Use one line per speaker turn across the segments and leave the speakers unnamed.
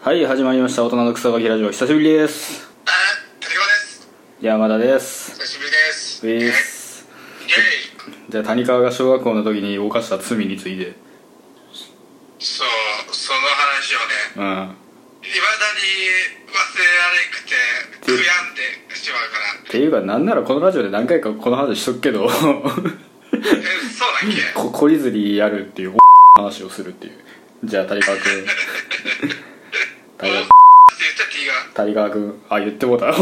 はい始まりました大人の草垣ラジオ久しぶりです
あー、谷川です。
山田です
久しぶりです。
ウィス
イェイ。
じゃあ谷川が小学校の時に犯した罪について
そう、その話を
う
ね、
ん
いまだに忘れられなくて、悔やんでしまうから。
っていうかなんならこのラジオで何回かこの話しとくけど
え、そうだっけ
こ懲りずにやるっていう話をするっていうじゃあ谷川君
お
谷川
って言っちゃっていいが。
谷川君あ言ってもうた って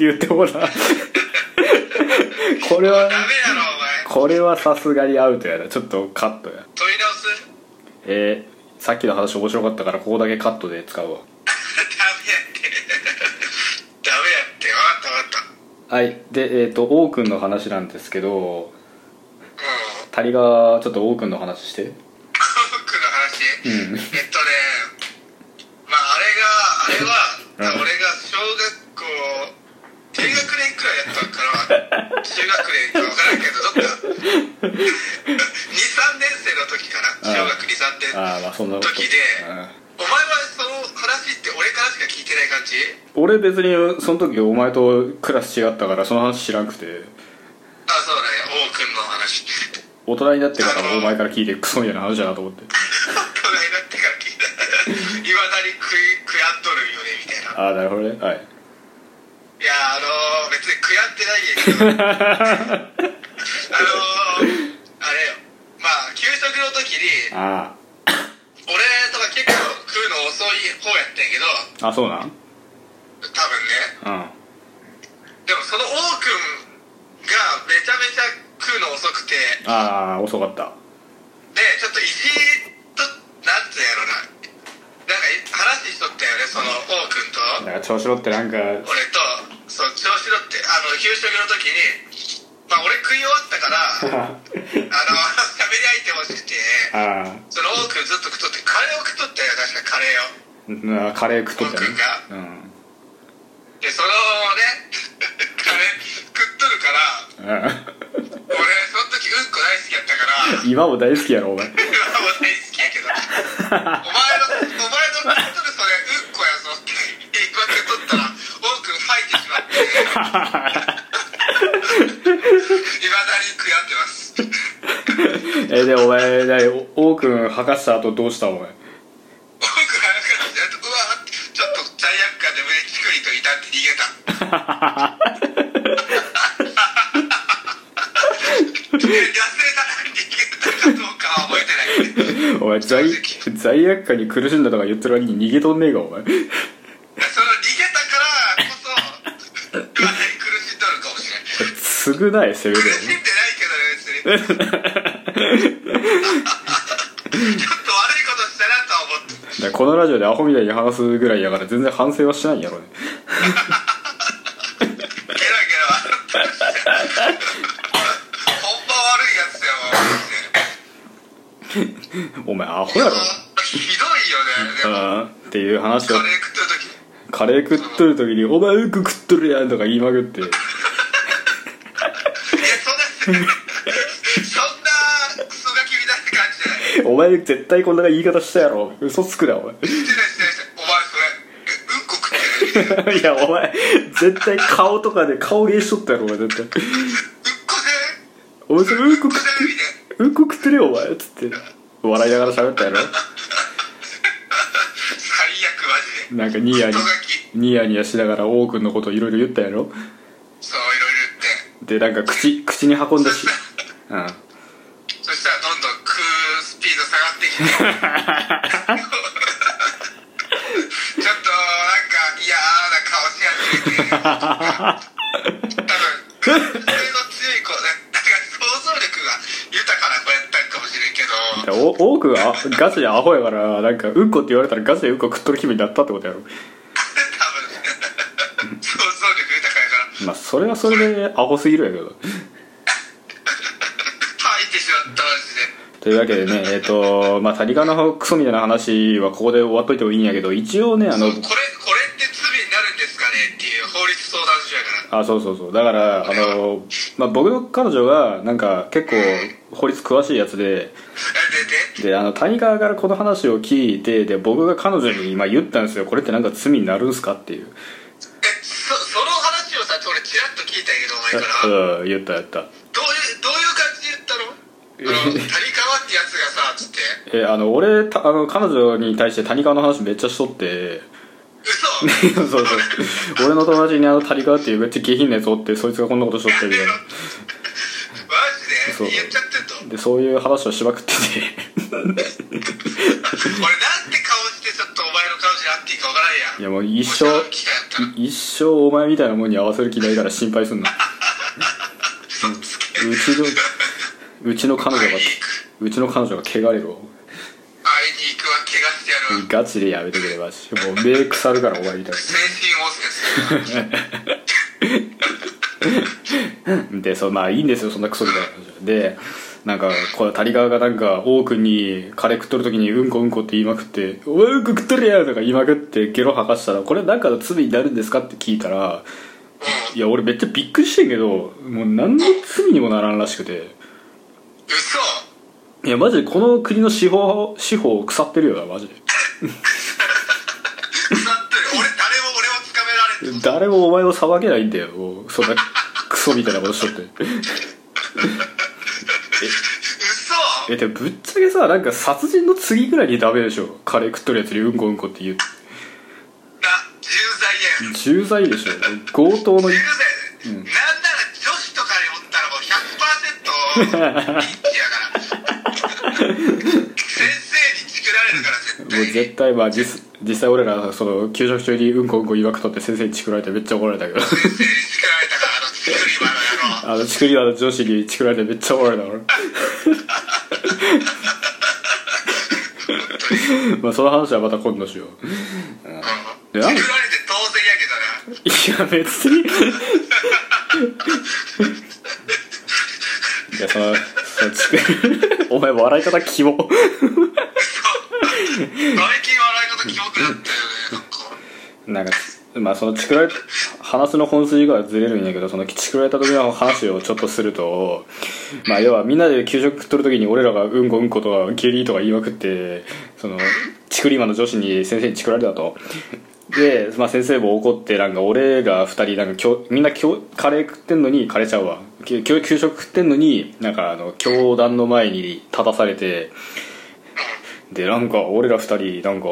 言ってもうた これは
ダメやろ、お前。
これはさすがにアウトやなちょっとカットや
取り直す
えー、さっきの話面白かったからここだけカットで使うわ
ダメやって。 ダメやって。わかったわかった。
はいでえっ、と王くんの話なんですけど
うん。
谷川ちょっと王くんの話して
僕の
う
話。
ん
えっとね、まあ、あれが、あれは、
うん
俺が小学校、低学年くらいやったのかな、中学年か分からんけど、どっか、2、3年生の時かな、
うん
小学2、3年。
ああまあそんなこと
時でお前はその話って俺からしか聞いてない感じ
うん、俺別にその時お前とクラス違ったからその話知らんくて
あ、そうだね、王くんの話。
大人になってからお前から聞いてクソみたいな話だなと思って
大人になってから聞いた。いまだに悔悔やんどるよね、みたいな。
ああなるほどねはい
いやあのー、別に悔やんでないんやけどあのー、あれよまあ給食の時に
あ
俺とか結構食うの遅い方やったんやけど
ああそうなん
多分
う
ね
ん
でもその王くんがめちゃめちゃ食うの遅くて
ああ遅かった
でちょっといじっとなんつうやろななんかい話しとったよねその王くんと
だから調子乗ってなんか
俺とそう調子乗ってあの給食の時にまあ俺食い終
あ
わったからあの喋り相手欲しくて
あ
その多くずっと食っとってカレーを食っとったよ確かカ
なカレ
レーを
ー食っとったねうん
でそのね カレー食っとるから
うん
俺その時うんこ大好きやったから
今も大好きやろお前
今も大好きやけどお前のお前の食っとるそれうんこやぞって言われとったら多く吐いてしまっていまだに悔やん でます
えでお前何お王くん吐かした後どうしたお前
多く早くなってうわーってちょっと罪悪感で胸チクリと痛って逃げた痩せた逃げたかどうかは覚えてないけど
お前罪罪悪感に苦しんだとか言ってる割に逃げとんねえかお前
その逃げたからこそ今に苦しんどるかもしれない
償ないせめて
苦しんでないけどね別にちょっと悪いことしたなとは思って
お前だからこのラジオでアホみたいに話すぐらいやから全然反省はしないんやろね
ゲラゲラ笑ってましたほんま悪いやつだよ
お前アホやろ
ひどいよねでも
うんっていう話を
カレー食ってる時
カレー食っとる時に「お前うんこ食っとるやん」とか言いまくって
いやそんなそんなクソガキみたいな感じじゃな
「
い
お前絶対こんな言い方したやろ嘘つくなお前」
してないしてないしてないお前それえうんこ食ってるみたいない
やお前絶対顔とかで顔芸しとったやろお前絶対
うんこせ
お前それうん
う
こ
ん
食
こ
っ
せみたいな
うんこ食ってるよお前っつって笑いながら喋ったやろ
最悪マジで
なんかニヤニ
クソガキ
ニヤニヤしながら王くんのこといろいろ言ったやろ
そういろいろ言って
でなんか口口に運んだしうん
そしたらどんどん食うスピード下がってきてちょっとなんか嫌な顔し始めて多分運転の強い子ねなんか想像力が豊かな子やったんかもしれんけ
で
ど
お王くんはガチでアホやからなんかうんこって言われたらガチでうんこ食っとる気分になったってことやろ
多分想像力豊かやから
まあそれはそれでアホすぎるやけど
吐いてしまったマジで
というわけでねえっ、とまあ谷川のクソみたいな話はここで終わっといてもいいんやけど一応ねあの
これこれって罪になるんですかねっていう法律相談所やから
あそうそうそうだからあの、まあ、僕の彼女がなんか結構法律詳しいやつで
えでで
であの谷川からこの話を聞いてで僕が彼女に今言ったんですよこれってなんか罪になるんすかっていう、
えそその話をさ俺ちらっと聞いたんやけどお前から
うん、
どういう
言った言った
どういう感じで言ったのあの谷川ってやつがさつって
えあの俺たあの彼女に対して谷川の話めっちゃしとって
嘘
そうそう俺の友達にあの谷川っていうめっちゃ下品なやつおってそいつがこんなことしとったみたいな
マ
そう
ジで言っちゃってん
で
と
そういう話をしまくって
俺なんて顔してちょっとお前の彼女に会っていいかわからんや
てい
ん
やもう一生
お茶の機会やったら
い一生お前みたいなもんに合わせる気ないから心配すんな
嘘つけ
うちのうちの彼女がうちの彼女が汚れるわ
会いに行くわ怪我してやるわ
ガチでやめてくれましもう目腐るからお前みたい
精神汚染する
なでそうまあいいんですよそんなクソみたいな話でなんかこう谷川がなんか王君にカレー食っとる時にうんこうんこって言いまくって「お前うんこ食っとるやん!」とか言いまくってゲロ吐かしたら「これなんかの罪になるんですか?」って聞いたら
うん
いや俺めっちゃびっくりしてんけどもう何の罪にもならんらしくて
嘘
いやマジでこの国の司法司法腐ってるよなマジで
腐ってる俺誰も俺をつかめられて
誰もお前を裁けないんだよもうそんなクソみたいなことしとって
嘘
えでもぶっちゃけさなんか殺人の次ぐらいにダメでしょカレー食っとるやつにうんこうんこって言う
な重罪や
重罪でしょ強盗の
重罪だよなんなら女子とかにおったらもう100%リッ チやから先生にチクられるから絶
もう
対に
絶対まあ実実際俺らその給食中にうんこうんこ言わくとって先生にチクられてめっちゃ怒られたけど
先生にチクられたからあのチクリバの野郎
あのチクリはの女子にチクられてめっちゃ怒られた俺 まあその話はまた今度しよう
うんチクられて当然やけどない
や別にいやそのそのチクお前笑い方キモ
最近笑い方キモくなったよねなんか
なんかまあそのチクられ話の本筋がずれるんやけどそのチクられた時の話をちょっとするとまあ要はみんなで給食食っとる時に俺らがうんこうんことか下痢とか言いまくってそのチクリマの女子に先生にチクられたとで、まあ、先生も怒ってなんか俺ら二人なんかきょみんなきょカレー食ってんのにカレーちゃうわきょ給食食ってんのになんかあの教団の前に立たされてでなんか俺ら二人なんか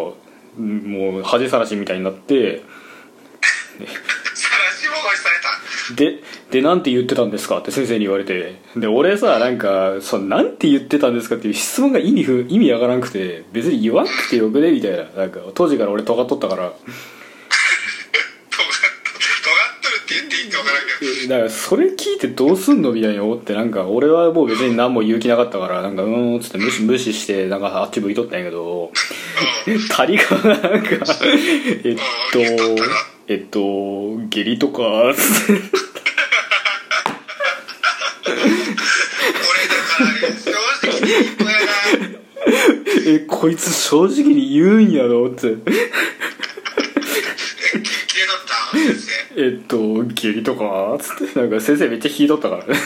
うんもう恥さらしみたいになって
さらしもごしされた
ででなんて言ってたんですかって先生に言われてで俺さなんかそのなんて言ってたんですかっていう質問が意味不意味わからんくて別に言わんくてよくねみたいななんか当時から俺尖っとったから
尖っとるって言っていいか分からんけど
だからそれ聞いてどうすんのみたいに思ってなんか俺はもう別に何も言う気なかったからなんかうーんっつって無視無視してなんかあっち向いとったんやけど
うん
谷川がなんかえっと
言っとったな
えっと下痢とかつって
俺だからね正直に言っとやな
えこいつ正直に言うんやろって
消えとった先生
えっと下痢とかつってなんか先生めっちゃ引いとったからね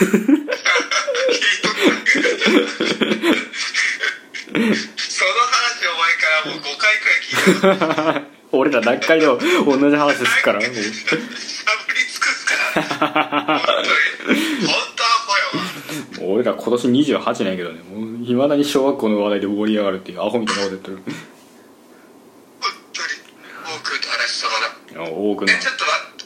その話お前からもう5回くらい聞いた
俺ら何回でも同じ話ですからもう
しゃぶり尽くすから本当に本当アホよ
もう俺ら今年28なんやけどねもういまだに小学校の話題で盛り上がるっていうアホみたいなこと言ってる
本当に王君と話したから
いや多くの
えちょっと待って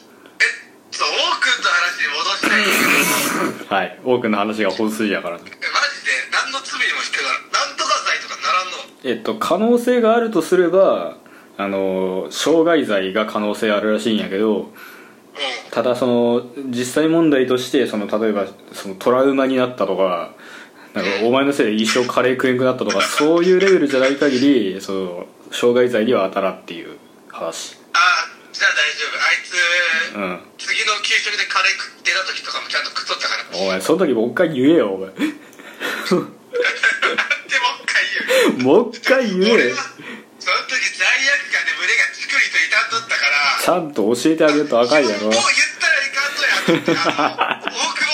えそう王君の話に戻したいんだけど
はい多くの話が本筋やからね
えマジで何の罪にも引っかからんなんとか罪とかならんの
えっと可能性があるとすればあの傷害罪が可能性あるらしいんやけど
うん
ただその実際問題としてその例えばそのトラウマになったとかなんかお前のせいで一生カレー食えんくなったとかそういうレベルじゃない限りその傷害罪には当たらんっていう話
あじゃあ大丈夫あいつ、
うん
次の給食でカレー食出た時とかもちゃんと食っとったから でもう
お前その時もう一回言えよお前
一回言う
もう一回言え
俺
よ
はその時罪悪感で胸がチクリと傷んどったから
ちゃんと教えてあげると赤いやろ
もう言ったらいかんとやあの大久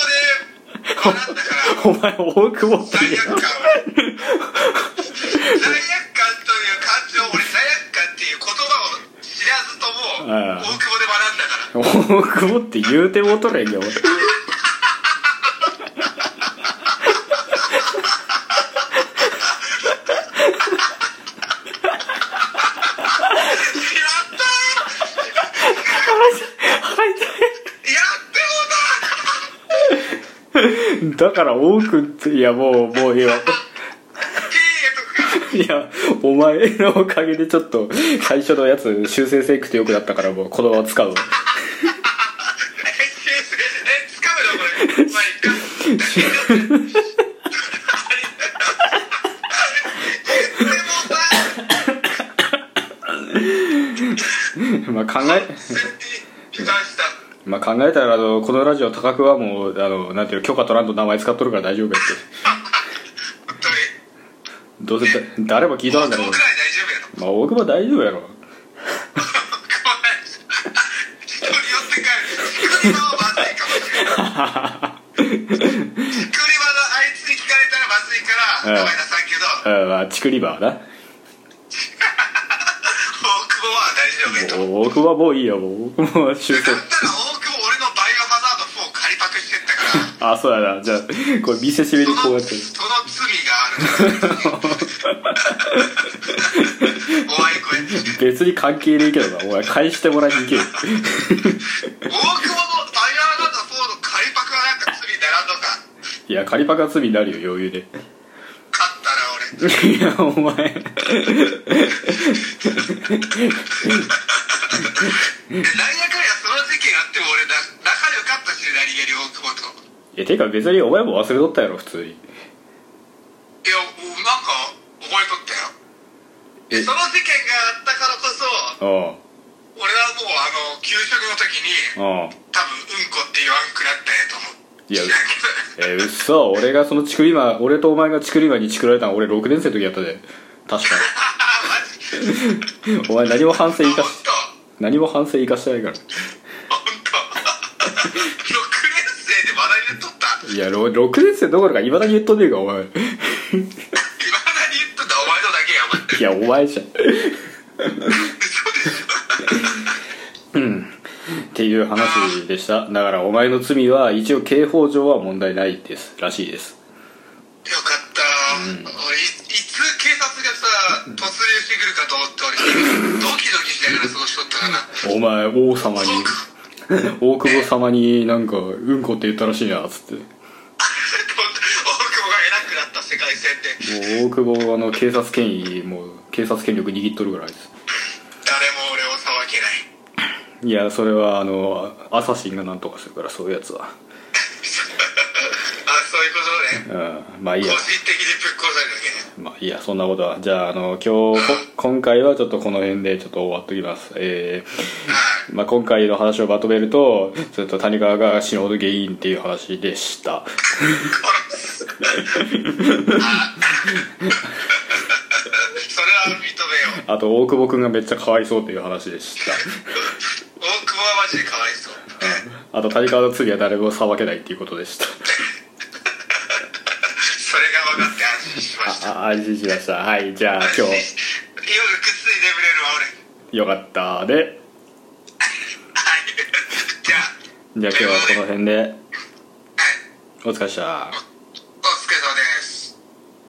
保で学んだから
お前大久保って
罪
言え
悪感を罪悪感という感情俺罪悪感っていう言葉を知らずとも
ああ
大久保で学んだから
大久保って言うてもうとれんよ
やったーやって
だから多くっていやもうもういいよ
もうだピーと
い
か
やお前のおかげでちょっと最初のやつ修正せんくてよくなったからもう言葉を使うわ
えつかむのこれまあいいかで
ま
もさ
あ考え
批判した
まあ考えたらあのこのラジオ高くはもうあのなんていうの許可取らんと名前使っとるから大丈夫やって
本当に
どうせだ誰も聞いとらんだ
僕
ろう
くらい大丈夫やろ
まあ大久保大丈夫やろ
人によって帰る作り場はまずいかもしれない作り場のあいつに聞かれたらまずいから
うん
ごめんなさいけど
うんまあチクリバーな
大久保は大丈夫やと
もう大久保はもういいよもう大久保は修正
だったら大久保俺のバイオハザード4を借りパクしてったから
あそうやなじゃあこれ見せしめでこうやって
その罪があるからお前これ
別に関係ねえけどなお前返してもらいに行けよ
大久保のバイアーランドフォード仮パクはなんか罪にならんのか
いや仮パカ罪になるよ余裕で
勝ったら俺
いやお前
えなんやかんやその事件あっても俺な仲良かったし何気に大久保と
いやてか別にお前も忘れとったやろ普通に
いやもうなんか覚えとった
え
よでその事件があったからこそ
あ
俺はもうあの給食の時に
あああ
多分うんこって言わんくなったんやと思う
いや
知らんけ
えー、うっ
ど
そ俺がそのチクリマ俺とお前がチクリマにチクられたの俺6年生の時やったで確かお前何も反省生かし
本当
何も反省生かしてないから
本当六年生で学びでとった
いやろ6年生どころかいまだに言っとんねえかお前い
いまだに言っとったお前のだけやお前
やお前じゃん
嘘でしょ
っていう話でしただからお前の罪は一応刑法上は問題ないですらしいです
よかった、俺いいつ警察がさ突入してくるかと思って俺ドキドキしながら過ごしとった かな
お前王様に大久保様になんかうんこって言ったらしいなっつって
大久保が偉くなった世界戦で
もう大久保はあの警察権威もう警察権力握っとるからあいつ
誰も俺を裁けない
いやそれはあのアサシンがなんとかするからそういうやつは
あそういうことね
うんまあいい
個
や
人的にぶっ殺されるだけね
まあいいやそんなことはじゃああの今日こ今回はちょっとこの辺でちょっと終わっときますえ
はい
ーまあ、今回の話をまとめるとちょっと谷川が死ぬほど原因っていう話でした
殺すあ それは認めよう
あと大久保君がめっちゃかわいそうっていう話でした
大久保はマジでかわいそう
あと谷川の次は誰も裁けないっていうことでした
それが分かって安心しました
あ安心しましたはいじゃあ今
夜ぐっすり眠れるわ俺
日よかったで
はいじゃあ
じゃあ今日はこの辺で
はい
お疲れっした
お疲れ